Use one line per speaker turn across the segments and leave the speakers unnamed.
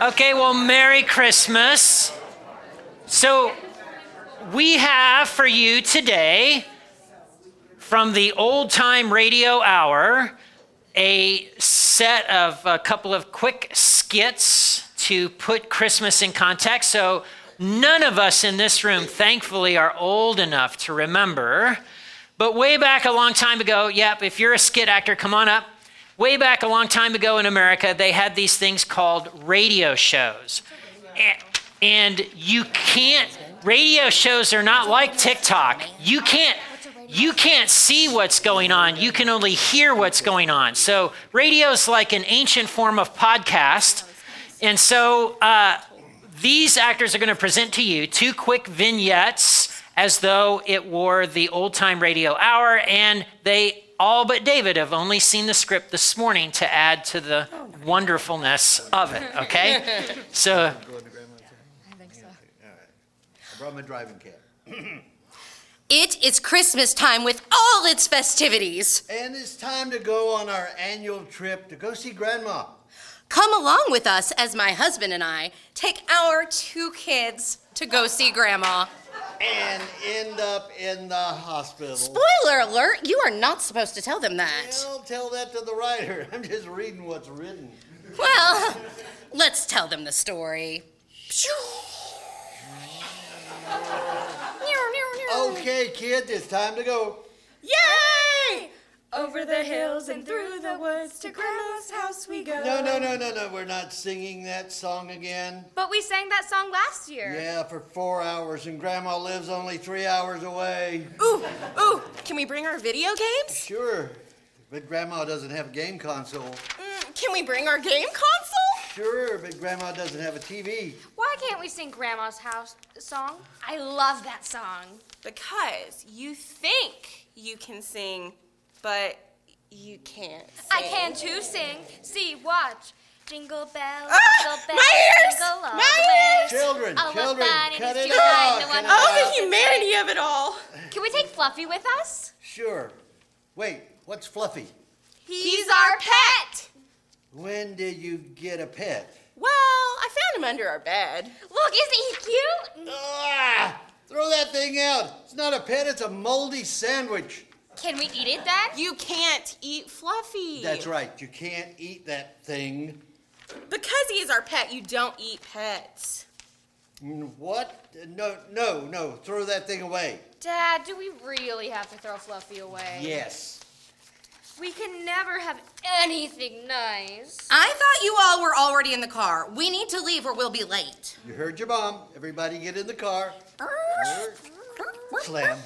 Okay, well, Merry Christmas. So, we have for you today from the old time radio hour a set of a couple of quick skits to put Christmas in context. So, none of us in this room, thankfully, are old enough to remember. But way back a long time ago, yep, if you're a skit actor, come on up. Way back a long time ago in America, they had these things called radio shows. A- And you can't radio shows are not like TikTok. You can't you can't see what's going on. You can only hear what's going on. So radio is like an ancient form of podcast. And so uh, these actors are going to present to you two quick vignettes as though it were the old time radio hour, and they all but David have only seen the script this morning to add to the wonderfulness of it, okay? so,
Go in the grandma's.
I think so.
All right. I brought my driving cap.
It is Christmas time with all its festivities.
And it's time to go on our annual trip to go see Grandma.
Come along with us as my husband and I take our two kids to go see Grandma.
And end up in the hospital.
Spoiler alert, you are not supposed to tell them that.
Well, tell that to the writer. I'm just reading what's written.
Well, let's tell them the story.
Okay, kid, it's time to go.
Yay!
Over the hills and through the woods to Grandma's house we go.
No, no, no, no, no. We're not singing that song again.
But we sang that song last year.
Yeah, for four hours, and Grandma lives only three hours away.
Ooh, ooh, can we bring our video games?
Sure, but Grandma doesn't have a game console.
Mm, Can we bring our game console?
Sure, but Grandma doesn't have a TV.
Why can't we sing Grandma's house song? I love that song.
Because you think you can sing, but you can't.
I can too sing. See, watch. Jingle bell,
Ah,
jingle bell,
my ears!
jingle all
My
the way.
Children,
All what
children,
fun it
cut
is
it
to ride
out,
in a
cut it
one-horse
out.
Oh, the humanity of it all.
Can we take Fluffy with us?
Sure. Wait, what's Fluffy?
He's our pet.
When did you get a pet?
Well, I found him under our bed.
Look, isn't he cute?
Ah! Throw that thing out! It's not a pet, it's a moldy sandwich.
Can we eat it then?
You can't eat Fluffy.
That's right, you can't eat that thing.
Because he is our pet, you don't eat pets.
Mm, What? No, no, no, throw that thing away.
Dad, do we really have to throw Fluffy away?
Yes.
We can never have anything nice.
I thought you all were already in the car. We need to leave or we'll be late.
You heard your mom. Everybody get in the car. Slam.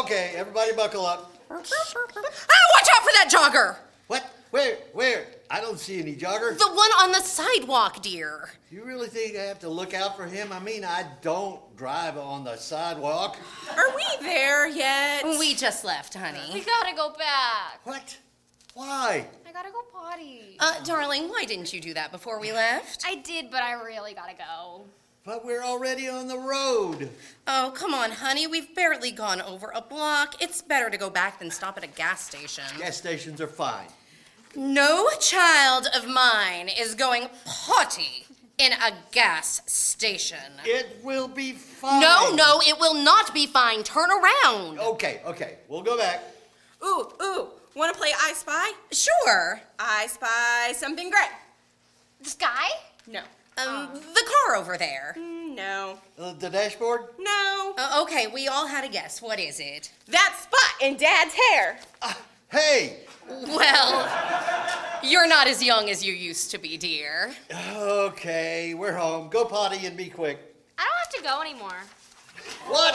okay, everybody buckle up.
Ah, watch out for that jogger!
What? Where? Where? I don't see any jogger.
The one on the sidewalk, dear.
You really think I have to look out for him? I mean, I don't drive on the sidewalk.
Are we there yet?
We just left,
We
honey.
gotta go back.
What? Why?
I gotta go potty.
Uh, darling, why didn't you do that before we left?
I did, but I really gotta go.
But we're already on the road.
Oh, come on, honey. We've barely gone over a block. It's better to go back than stop at a gas station.
Gas stations are fine.
No child of mine is going potty in a gas station.
It will be fine.
No, no, it will not be fine. Turn around.
Okay, okay. We'll go back.
Ooh, ooh. Want to play I Spy?
Sure.
I spy something great.
The sky?
No.
Um, the car over there.
Mm, No.
Uh, the dashboard?
No.
Uh, okay, we all had a guess. What is it?
That spot in Dad's hair.
Ah, Hey!
Well, you're not as young as you used to be, dear.
Okay, we're home. Go potty and be quick.
I don't have to go anymore.
What?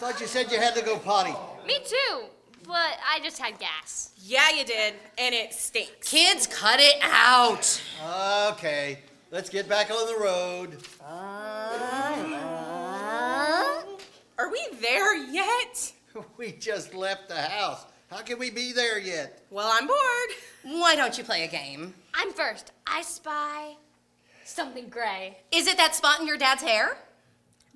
Thought you said you had to go potty.
Me too, but I just had gas.
Yeah, you did. And it stinks.
Kids, cut it out.
Okay, let's get back on the road.
Are we there yet?
We just left the house. How can we be there yet?
Well, I'm bored.
Why don't you play a game?
I'm first. I spy something gray.
Is it that spot in your dad's hair?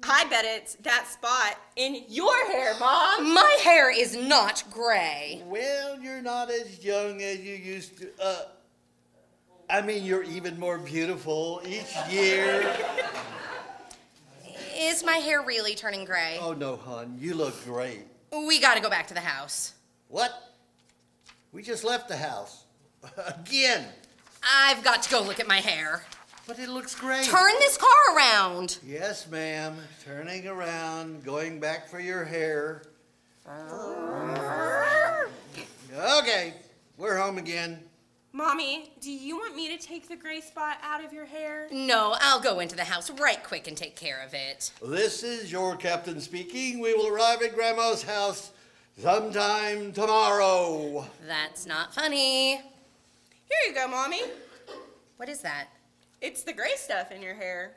I bet it's that spot in your hair, Mom.
Uh, My hair is not gray.
Well, you're not as young as you used to. Uh, I mean, you're even more beautiful each year.
Is my hair really turning gray?
Oh no, hon, you look great.
We gotta go back to the house.
What? We just left the house. Again.
I've got to go look at my hair.
But it looks great.
Turn this car around.
yes, ma'am. Turning around, going back for your hair. Okay, we're home again.
Mommy, do you want me to take the gray spot out of your hair?
No, I'll go into the house right quick and take care of it.
This is your captain speaking. We will arrive at Grandma's house sometime tomorrow.
That's not funny.
Here you go, Mommy.
What is that?
It's the gray stuff in your hair.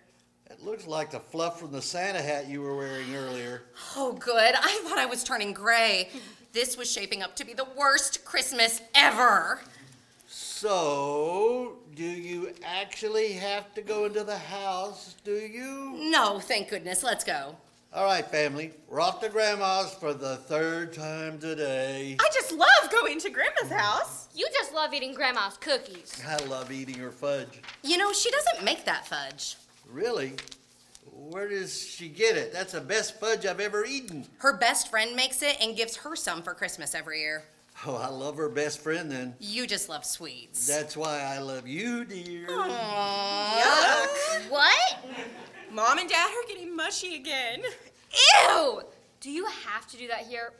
It looks like the fluff from the Santa hat you were wearing earlier.
Oh, good. I thought I was turning gray. This was shaping up to be the worst Christmas ever.
So, do you actually have to go into the house? Do you?
No, thank goodness. Let's go.
All right, family. We're off to Grandma's for the third time today.
I just love going to Grandma's house.
You just love eating grandma's cookies.
I love eating her fudge.
You know, she doesn't make that fudge.
Really? Where does she get it? That's the best fudge I've ever eaten.
Her best friend makes it and gives her some for Christmas every year.
Oh, I love her best friend then.
You just love sweets.
That's why I love you, dear.
Yuck.
What?
Mom and Dad are getting mushy again.
Ew! Do you have to do that here?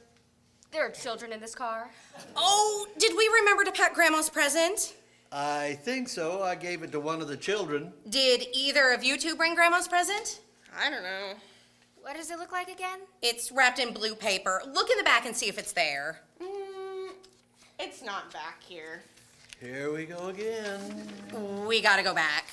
There are children in this car.
Oh, did we remember to pack Grandma's present?
I think so. I gave it to one of the children.
Did either of you two bring Grandma's present?
I don't know.
What does it look like again?
It's wrapped in blue paper. Look in the back and see if it's there.
Mm, it's not back here.
Here we go again.
We gotta go back.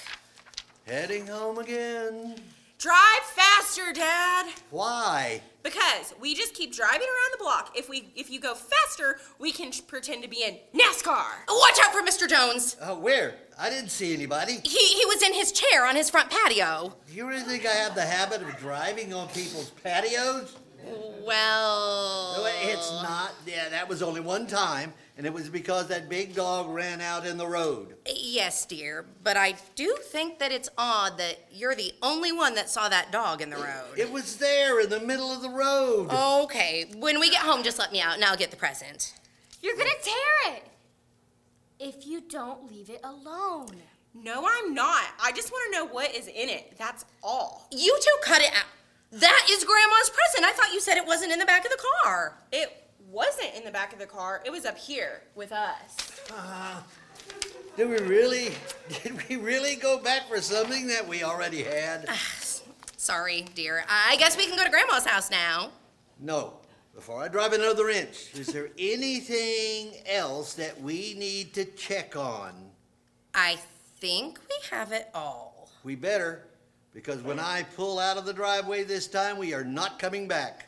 Heading home again.
Drive faster, Dad.
Why?
Because we just keep driving around the block. If we if you go faster, we can sh- pretend to be in NASCAR.
Watch out for Mr. Jones.
Uh, where? I didn't see anybody.
He, he was in his chair on his front patio.
Do you really think I have the habit of driving on people's patios? No,
Well.
it's not. Yeah, that was only one time, and it was because that big dog ran out in the road.
Yes, dear, but I do think that it's odd that you're the only one that saw that dog in the road.
It was there in the middle of the road.
Uh. Okay, when we get home, just let me out and I'll get the present.
You're gonna tear it! If you don't leave it alone.
No, I'm not. I just want to know what is in it. That's all.
You two cut it out. That is Grandma's present. I thought you said it wasn't in the back of the car.
It wasn't in the back of the car. It was up here with us.
Did we really? Did we really go back for something that we already had?
Sorry, dear. I guess we can go to Grandma's house now.
No. Before I drive another inch, is there anything else that we need to check on?
I think we have it all.
We better, because when I pull out of the driveway this time, we are not coming back.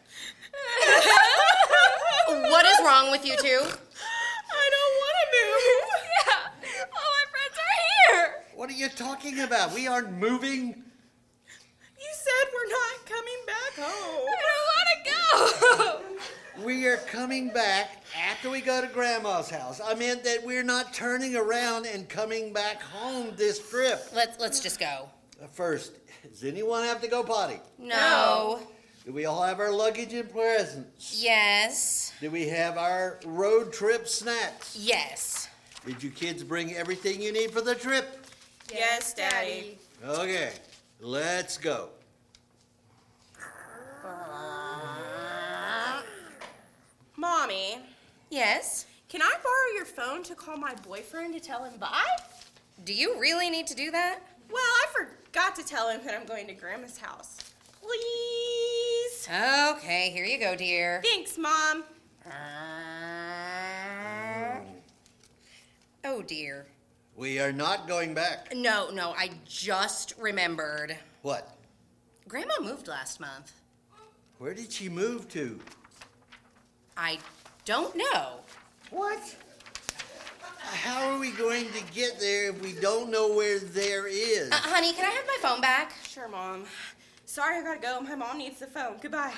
What is wrong with you two?
I don't want to move.
Yeah! All our friends are here!
What are you talking about? We aren't moving.
You said we're not coming back home.
I don't wanna go!
We are coming back after we go to Grandma's house. I meant that we're not turning around and coming back home this trip.
Let's let's just go.
First, does anyone have to go potty?
No.
Do we all have our luggage and presents?
Yes.
Do we have our road trip snacks?
Yes.
Did you kids bring everything you need for the trip?
Yes, Daddy.
Okay, let's go.
Mommy,
Yes.
can I borrow your phone to call my boyfriend to tell him bye?
Do you really need to do that?
Well, I forgot to tell him that I'm going to Grandma's house. Please.
Okay, here you go, dear.
Thanks, Mom.
Oh dear.
We are not going back.
No, no, I just remembered.
What?
Grandma moved last month.
Where did she move to?
I don't know.
What? How are we going to get there if we don't know where there is?
Uh, honey, can I have my phone back?
Sure, Mom. Sorry, I gotta go. My mom needs the phone. Goodbye.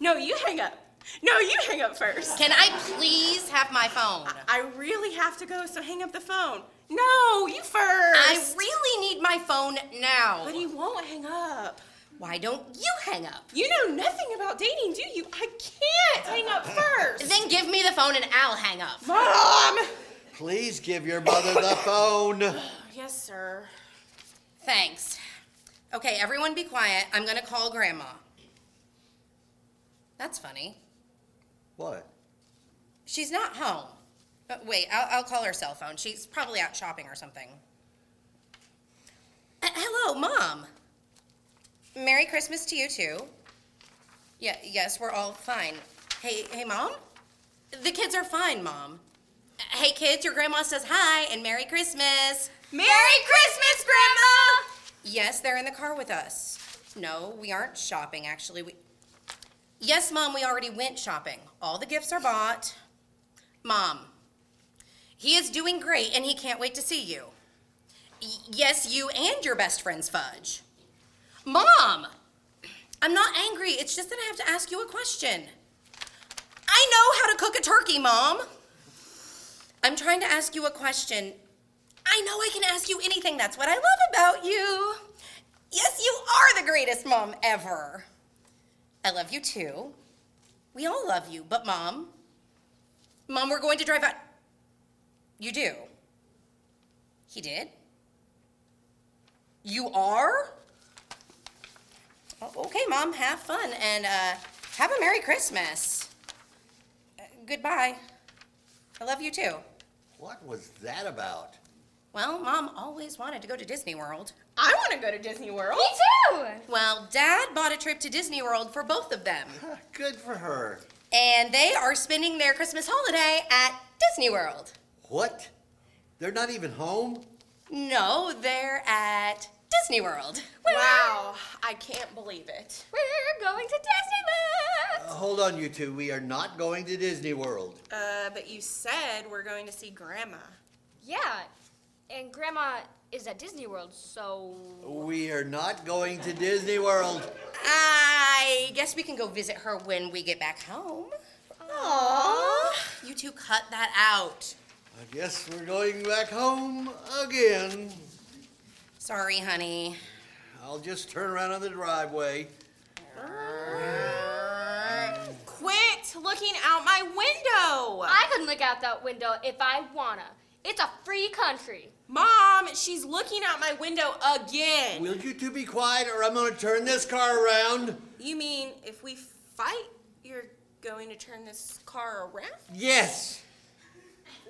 No, you hang up. No, you hang up first.
Can I please have my phone?
I really have to go, so hang up the phone. No, you first.
I really need my phone now.
But he won't hang up.
Why don't you hang up?
You know nothing about dating, do you? I can't hang up first.
Then give me the phone and I'll hang up.
Mom!
Please give your mother the phone.
Yes, sir.
Thanks. Okay, everyone be quiet. I'm gonna call Grandma. That's funny.
What?
She's not home. But wait, I'll, I'll call her cell phone. She's probably out shopping or something. Uh, hello, Mom. Merry Christmas to you too. Yeah, yes, we're all fine. Hey, hey, Mom. The kids are fine, Mom. Uh, Hey, kids, your grandma says hi and Merry Christmas.
Merry Christmas, Grandma!
Yes, they're in the car with us. No, we aren't shopping, actually. We... Yes, Mom, we already went shopping. All the gifts are bought. Mom, he is doing great and he can't wait to see you. Y- yes, you and your best friend's fudge. Mom, I'm not angry. It's just that I have to ask you a question. I know how to cook a turkey, Mom. I'm trying to ask you a question. I know I can ask you anything. That's what I love about you. Yes, you are the greatest mom ever. I love you too. We all love you, but mom, mom, we're going to drive out. You do. He did? You are? Oh, okay, mom, have fun and uh, have a Merry Christmas. Uh, goodbye. I love you too.
What was that about?
Well, Mom always wanted to go to Disney World.
I want to go to Disney World.
Me too!
Well, Dad bought a trip to Disney World for both of them,
Ah, Good for her.
and they are spending their Christmas holiday at Disney World.
What? They're not even home?
No, they're at Disney World.
Wow, I can't believe it.
We're going to Disneyland!
Uh, hold on, you two. We are not going to Disney World.
Uh, but you said we're going to see Grandma.
Yeah, and Grandma is at Disney World, so.
We are not going to Disney World.
I guess we can go visit her when we get back home. Aww. You two cut that out.
I guess we're going back home again.
Sorry, honey.
I'll just turn around on the driveway.
Quit looking out my window!
I can look out that window if I wanna. It's a free country.
Mom, she's looking out my window again.
Will you two be quiet or I'm going to turn this car around?
you mean if we fight, you're going to turn this car around?
Yes.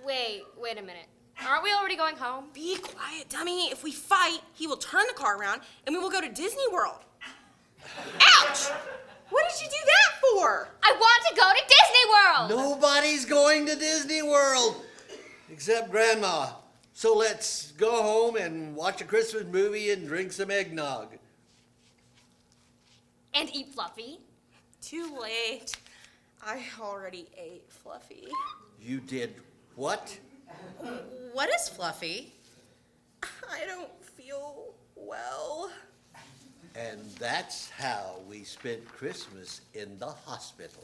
Wait, wait a minute. Aren't we already going home?
Be quiet, dummy. If we fight, he will turn the car around and we will go to Disney World. Ouch! What did you do that for?
I want to go to Disney World!
Nobody's going to Disney World except Grandma. So let's go home and watch a Christmas movie and drink some eggnog.
And eat Fluffy.
Too late. I already ate Fluffy.
You did what?
What is Fluffy?
I don't feel well.
And that's how we spent Christmas in the hospital.